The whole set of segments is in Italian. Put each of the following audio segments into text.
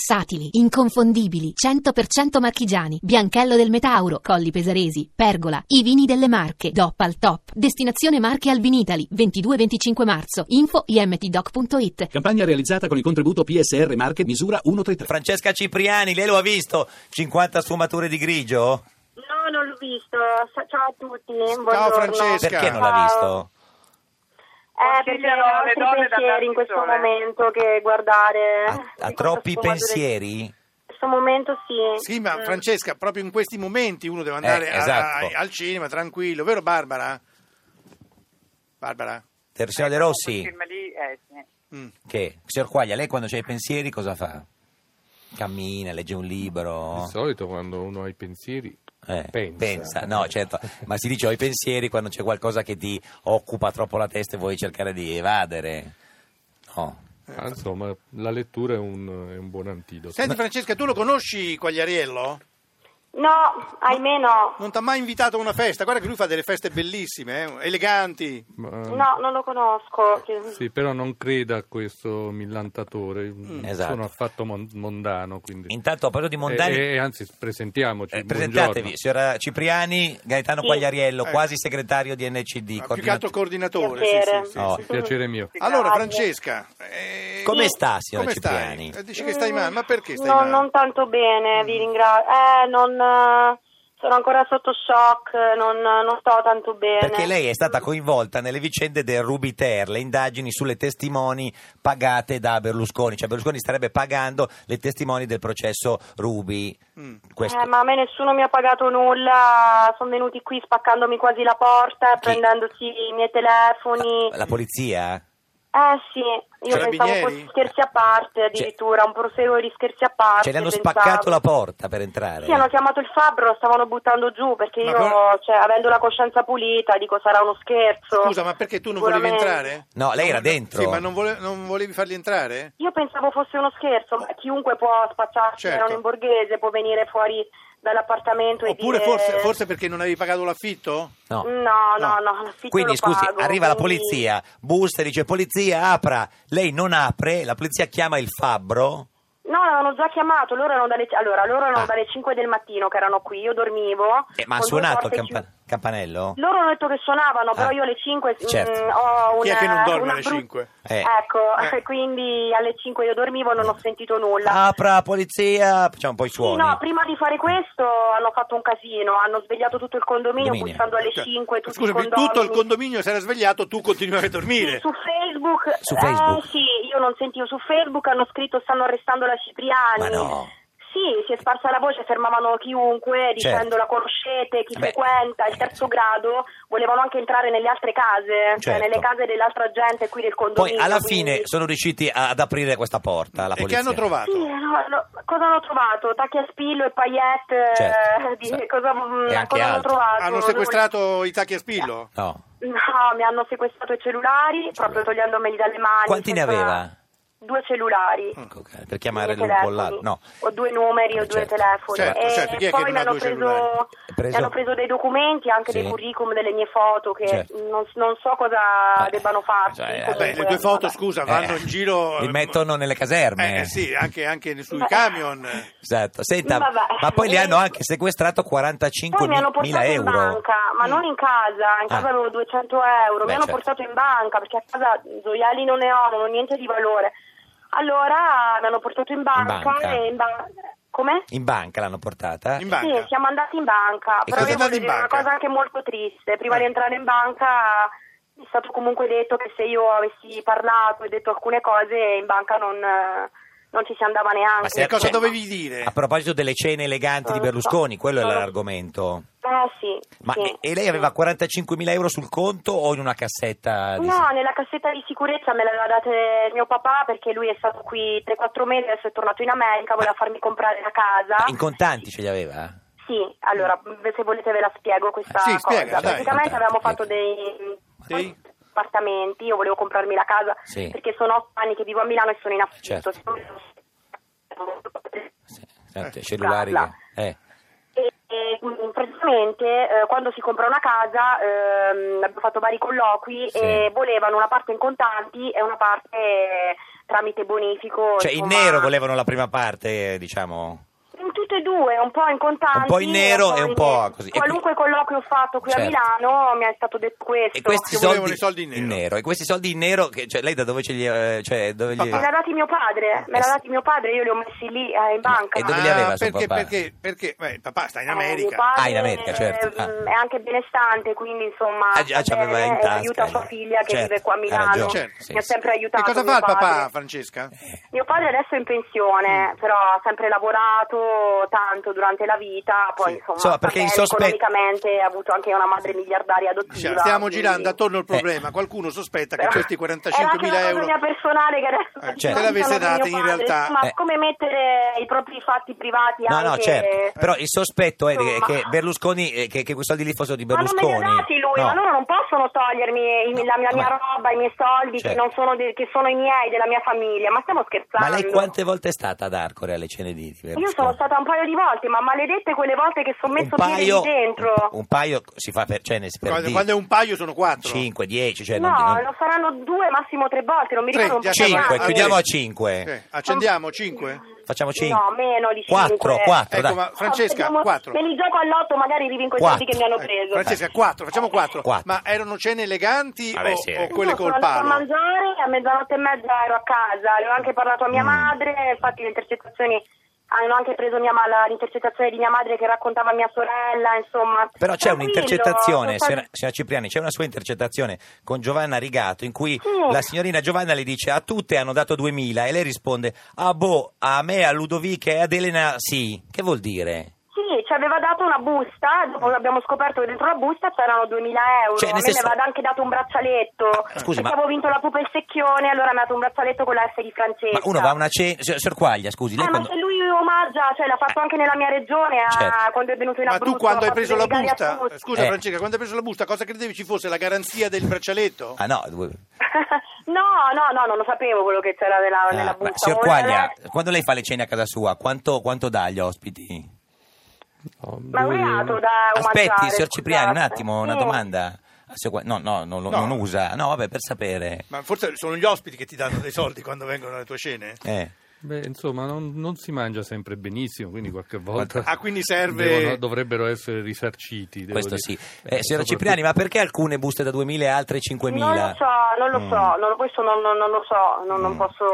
Versatili, inconfondibili, 100% marchigiani, Bianchello del Metauro, Colli Pesaresi, Pergola, i vini delle Marche, DOP al top. Destinazione Marche Albinitali, 22-25 marzo, info imtdoc.it. Campagna realizzata con il contributo PSR Marche misura 133. Francesca Cipriani, lei lo ha visto? 50 sfumature di grigio? No, non l'ho visto. Sa- Ciao a tutti. Buongiorno. Francesca. Perché non l'ha visto? Eh, perché Sceglierò ho le altri donne da pensieri in darti questo sole. momento che guardare. Ha, ha Di questa troppi sfumatura- pensieri? In questo momento sì. Sì, ma Mm. Francesca, proprio in questi momenti uno deve andare a- esatto. a- al cinema tranquillo, vero Barbara? Barbara? Del signor De Quel Rossi? film lì, eh, sì. Mm. Che? Signor Quaglia, lei quando c'ha i pensieri cosa fa? Cammina, legge un libro? Di solito quando uno ha i pensieri Eh, pensa. no, certo, ma si dice ho i pensieri quando c'è qualcosa che ti occupa troppo la testa e vuoi cercare di evadere. No. Ah, Insomma, la lettura è un, è un buon antidoto. Eh. Senti Francesca, tu lo conosci Quagliariello? No, ahimè no. Non ti ha mai invitato a una festa? Guarda che lui fa delle feste bellissime, eh, eleganti. Ma- No, non lo conosco. Sì, però non creda a questo millantatore, Esatto. sono affatto mon- mondano. Quindi. Intanto a proposito di mondani... Eh, eh, anzi, presentiamoci. Eh, buongiorno. presentatevi, signora Cipriani, Gaetano Sì. Quagliariello, Eh. quasi segretario di NCD. Ma più che altro coordinatore. sì, Piacere. sì, sì, Oh. sì. Piacere mio. Allora Grazie. Francesca, eh, Come sta, signora come stai? Cipriani? Eh, Dici che stai male, ma perché stai Mm. no, male? Mm. Non tanto bene, vi ringrazio. Eh, non... eh, Sono ancora sotto shock, non, non sto tanto bene. Perché lei è stata coinvolta nelle vicende del Rubiter, le indagini sulle testimoni pagate da Berlusconi, cioè Berlusconi starebbe pagando le testimoni del processo Rubi. Mm. Questo. Eh, ma a me nessuno mi ha pagato nulla, sono venuti qui spaccandomi quasi la porta, Chi? prendendosi i miei telefoni. Ah, La, la polizia? Eh sì, io pensavo Carabinieri? fosse scherzi a parte addirittura, un proseguo di scherzi a parte. Cioè, le hanno pensavo. Cioè- spaccato la porta per entrare. Sì, hanno chiamato il fabbro, lo stavano buttando giù perché Ma io, però- cioè, avendo la coscienza pulita, dico sarà uno scherzo. Scusa, ma perché tu non volevi Sicuramente. entrare? No, lei era dentro. Sì, ma non, vole- non volevi farli entrare? Io pensavo fosse uno scherzo, ma chiunque può spacciarsi Certo. per un borghese, può venire fuori dall'appartamento Oppure e dire... forse, forse perché non avevi pagato l'affitto? No. No, no, no, l'affitto Quindi Mm, lo scusi, pago, arriva la quindi- polizia, busta e dice polizia apra, lei non apre, la polizia chiama il fabbro. No, l'avevano già chiamato, loro erano dalle, allora, loro erano Ah. dalle 5 del mattino che erano qui, io dormivo. Eh, ma ha con due suonato il porte campa- chiuse. campanello? Loro hanno detto che suonavano, però Ah. io alle 5 mm, Certo. ho una... Chi è che non dorme una alle brut- 5? Eh. Ecco, Eh. quindi alle 5 io dormivo e non ho sentito nulla. Apra, polizia, facciamo un po' i Ah, Sì, suoni. no, prima di fare questo hanno fatto un casino, hanno svegliato tutto il condominio Dominio. bussando alle Cioè, 5 tutti i Scusami, condomini. tutto il condominio si era svegliato, tu continuavi a Sì, dormire. su Facebook, Su Facebook. Eh, sì, io non sentivo su Facebook, hanno scritto stanno arrestando la Cipriani. Ma no. Sì, si è sparsa la voce, fermavano Certo. chiunque dicendo la conoscete, chi Beh. frequenta, il terzo grado, volevano anche entrare nelle altre case, cioè Certo. nelle case dell'altra gente qui del Poi condominio. alla quindi- fine sono riusciti a- ad aprire questa porta, la e che polizia. hanno trovato? Sì, no, no, cosa hanno trovato? Tacchi a spillo e paillette? Certo. eh, di- Sì. cosa, E anche cosa hanno altro. trovato? Hanno sequestrato i tacchi a spillo? No. Ah, No, mi hanno sequestrato i cellulari, proprio togliendomeli dalle mani. Quanti ne senza- aveva? Due cellulari. Ecco, ok, per chiamare Due l'un con telefoni. l'altro. No. Ho due numeri, Eh, ho due certo. telefoni. Eh. Certo, e certo, chi è che poi non mi ha hanno due preso, cellulari? Preso- mi hanno preso dei documenti, anche Sì. dei curriculum delle mie foto, che Certo. non, non so cosa Eh, debbano farci. cioè, comunque. Beh, le tue foto, scusa, vanno Eh, in giro... Li eh, mettono nelle Eh, caserme. eh, sì, anche, anche sui Beh. camion. Esatto. Senta, Vabbè. ma poi li hanno Eh. anche sequestrato Poi mi hanno 45.000 portato in euro. Mm. banca, ma non in casa, in casa Ah. avevo 200 euro, Beh, mi hanno certo. portato in banca perché a casa gioielli non ne ho, non ho niente di valore. Allora mi hanno portato in banca, banca? e in ba- come? In banca l'hanno portata. In Sì, banca. siamo andati in banca, però cosa- devo andate in dire una banca? cosa anche molto triste, prima Eh. di entrare in banca è stato comunque detto che se io avessi parlato e detto alcune cose in banca non, eh, non ci si andava neanche. Eh, Ma se- E cosa Cioè, dovevi dire? A proposito delle cene eleganti di Non lo so. Berlusconi, quello Non era lo so. l'argomento. Eh sì. Ma sì. e, e lei aveva 45.000 euro sul conto o in una cassetta? Di... No, nella cassetta di sicurezza me l'aveva data mio papà perché lui è stato qui 3-4 mesi, adesso è tornato in America, voleva farmi comprare la casa. Ma in contanti ce li aveva? Sì, allora, Mm. se volete ve la spiego questa Sì, cosa. spiega, dai, Praticamente contanti, avevamo spiega. fatto dei Sì. appartamenti, io volevo comprarmi la casa Sì. perché sono 8 anni che vivo a Milano e sono in Certo. affitto. Sì, senti, Eh. cellulari. Carla. che- eh. E, e, mh, praticamente eh, quando si compra una casa ehm, abbiamo fatto vari colloqui Sì. e volevano una parte in contanti e una parte tramite bonifico. Cioè, in insomma, nero volevano la prima parte, eh, diciamo. In tutte e due, un po' in contanti. Un po' in nero e un po' in- così. E qui- Qualunque colloquio ho fatto qui Certo. a Milano mi è stato detto questo. E questi Che volevano soldi, i soldi in nero. E questi soldi in nero, che, cioè, lei da dove ce li eh, cioè, dove gli- Me l'ha dati mio padre, me Eh l'ha sì. dati mio padre, io li ho messi lì eh, in banca. E dove li aveva suo Ah, perché, papà? perché, perché, beh, il papà sta in Eh, mio America. padre, Ah, in America, certo. Ah. mm, È anche benestante, quindi insomma Ah, già, ci va aveva in bene, e tasca, aiuta sua eh. figlia che Certo, vive qua a hai Milano. ragione. Certo, sì, Mi ha sì. sempre aiutato. e cosa mio fa il papà, padre. Eh, Francesca? Eh. Mio padre adesso è in pensione, Mm. però ha sempre lavorato tanto durante la vita, poi Sì. insomma, Insomma, perché va i bene, sospetti- economicamente ha avuto anche una madre miliardaria adottiva. Cioè, stiamo quindi- girando attorno al Eh. problema. Qualcuno sospetta che Però- questi Eh. Era anche 45.000 una euro. cosa mia personale che adesso Eh, certo. te l'aveste sono di mio data in padre. realtà. Insomma, Eh. come mettere i propri fatti privati No, anche Eh. no, certo. Però il sospetto è che- Insomma. che Berlusconi, eh, che, che quei soldi lì fossero di Ma non me Berlusconi. li ha dati lui, ma No. loro non possono togliermi i- No, la mia, la mia ma- roba, i miei soldi che, Certo. non sono de- che sono i miei, della mia famiglia. Ma stiamo scherzando? Ma lei quante volte è stata ad Arcore alle cene di di Berlusconi? Io sono stata un paio di volte, ma maledette quelle volte che sono messo un paio, piedi dentro. Un, un paio si fa per, cioè, ne- per Quando, dire, quando è un paio sono quattro. 5, 10, cioè no, non, non- lo saranno due, massimo tre volte, non mi Tre, ricordo. già più siamo- Cinque, avanti. Ah, chiudiamo sì. a 5. Sì, Eh, Accendiamo 5? Facciamo 5. No, meno di 4, 5. 4, Ecco, dai. ma Francesca, Vediamo- 4. Me li gioco all'otto, magari rivinco i soldi Quattro. che mi hanno preso. Eh, Francesca, 4, facciamo 4. Quattro. Ma erano cene eleganti Vabbè, o, sì, o eh. quelle Io sono col andata a palo? mangiare, a mezzanotte e mezza ero a casa, le ho anche parlato a mia Mm. madre, infatti le intercettazioni hanno anche preso mia ma- la- l'intercettazione di mia madre che raccontava a mia sorella, insomma. Però c'è Tranquillo, un'intercettazione, sono stata- signora, signora Cipriani, c'è una sua intercettazione con Giovanna Rigato in cui Sì. la signorina Giovanna le dice a tutte hanno dato 2000 e lei risponde ah boh, a me, a Ludovica e ad Elena sì. Che vuol dire? Sì, ci aveva dato una busta, dopo abbiamo scoperto che dentro la busta c'erano 2000 euro, Mm. Cioè, a nel me senso- mi aveva anche dato un braccialetto, Ah, scusi, ma- perché avevo vinto la pupa e il secchione, allora mi ha dato un braccialetto con la S di Francesca. Ma uno va a una cena, signor signor Quaglia, scusi, Eh, lei ma quando... se lui omaggia, cioè l'ha fatto anche nella mia regione a- Certo. quando è venuto in Ma Abruzzo. tu quando ha hai fatto preso dei la regali a busta, tutti. scusa Eh. Francesca, quando hai preso la busta cosa credevi ci fosse la garanzia del braccialetto? Ah no, due- no, no, no, non lo sapevo quello che c'era nella, Ah, nella ma busta. signor Voleva Quaglia, lei- quando lei fa le cene a casa sua, quanto, quanto dà agli Eh, ospiti? No, Ma è un due reato euro. da omaggiare. Aspetti, signor Cipriani, un scusate. attimo, una Sì. domanda. Ah, signor Qua- No, no, non, lo- No. non usa. No, vabbè, per sapere. Ma forse sono gli ospiti che ti danno dei soldi quando vengono alle tue cene? Eh. Beh, insomma, non, non si mangia sempre benissimo, quindi qualche volta Ah, quindi serve- devono- dovrebbero essere risarciti. devo Questo dire. sì. Eh, Eh, signora soprattutto- Cipriani, ma perché alcune buste da 2.000 e altre Mm. 5.000? Non lo so, non lo so, non, questo non, non- non lo so, non, Mm. non posso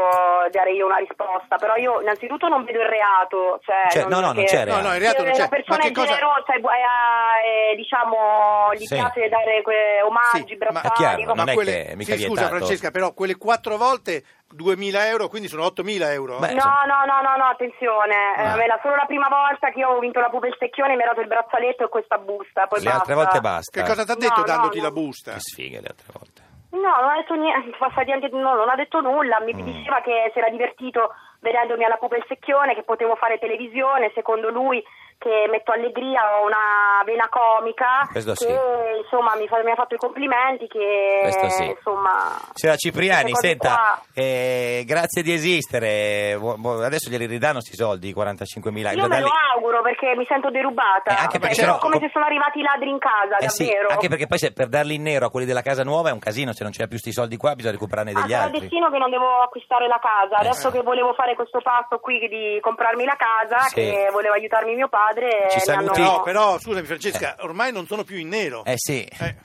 dare io una risposta, però io innanzitutto non vedo il reato, cioè... Cioè, no, no, non c'è reato. No, no, il reato non Se c'è. La persona Ma che è cosa- generosa, è, bu- è- è- diciamo, gli Sì. piace dare que- omaggi, Sì, ma- bracciali, È chiaro, cose- non è quelle- che è mica sì, scusa vietato. Francesca, però quelle quattro volte 2000 euro, quindi sono 8000 euro. Beh, No, insomma. no, no, no, no, attenzione. Eh, cioè. Ah. me la- solo la prima volta che io ho vinto la pupa e il secchione mi ha dato il braccialetto e questa busta. Poi Le altre volte basta. basta. che cosa ti ha eh. No, detto no, dandoti no. la busta? Che sfiga le altre volte. No, non ha detto niente, passati anche- no, non ha detto nulla, mi Mm. diceva che si era divertito vedendomi alla pupa e il secchione, che potevo fare televisione, secondo lui che metto allegria, ho una vena comica, Questo che sì. insomma mi, fa- mi ha fatto i complimenti, che Questo sì. Eh, insomma... Signora Cipriani, queste cose senta, qua- eh, grazie di esistere. Bu- bu- Adesso glieli ridanno sti soldi, i 45.000. Io me Guardali- lo auguro perché mi sento derubata. Eh, anche perché È no, come com- se sono arrivati i ladri in casa, Eh sì, davvero. anche perché poi se per darli in nero a quelli della casa nuova è un casino, se non c'è più sti soldi qua bisogna recuperarne Ah, degli sarà altri. destino che non devo acquistare la casa. Eh, Adesso sì. che volevo fare questo passo qui di comprarmi la casa, Sì. che voleva aiutarmi mio padre, Ci mi saluti. hanno- Però, però, scusami Francesca, ormai non sono più in nero. Eh sì. Eh,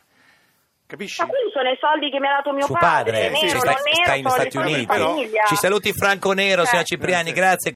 capisci? Ma quelli sono i soldi che mi ha dato mio Suo padre, padre, sì, nero, ci non sta, nero, sta in sono i Stati soldi di Uniti. però- famiglia. Ci saluti Franco Nero, Cioè, signora Cipriani, grazie.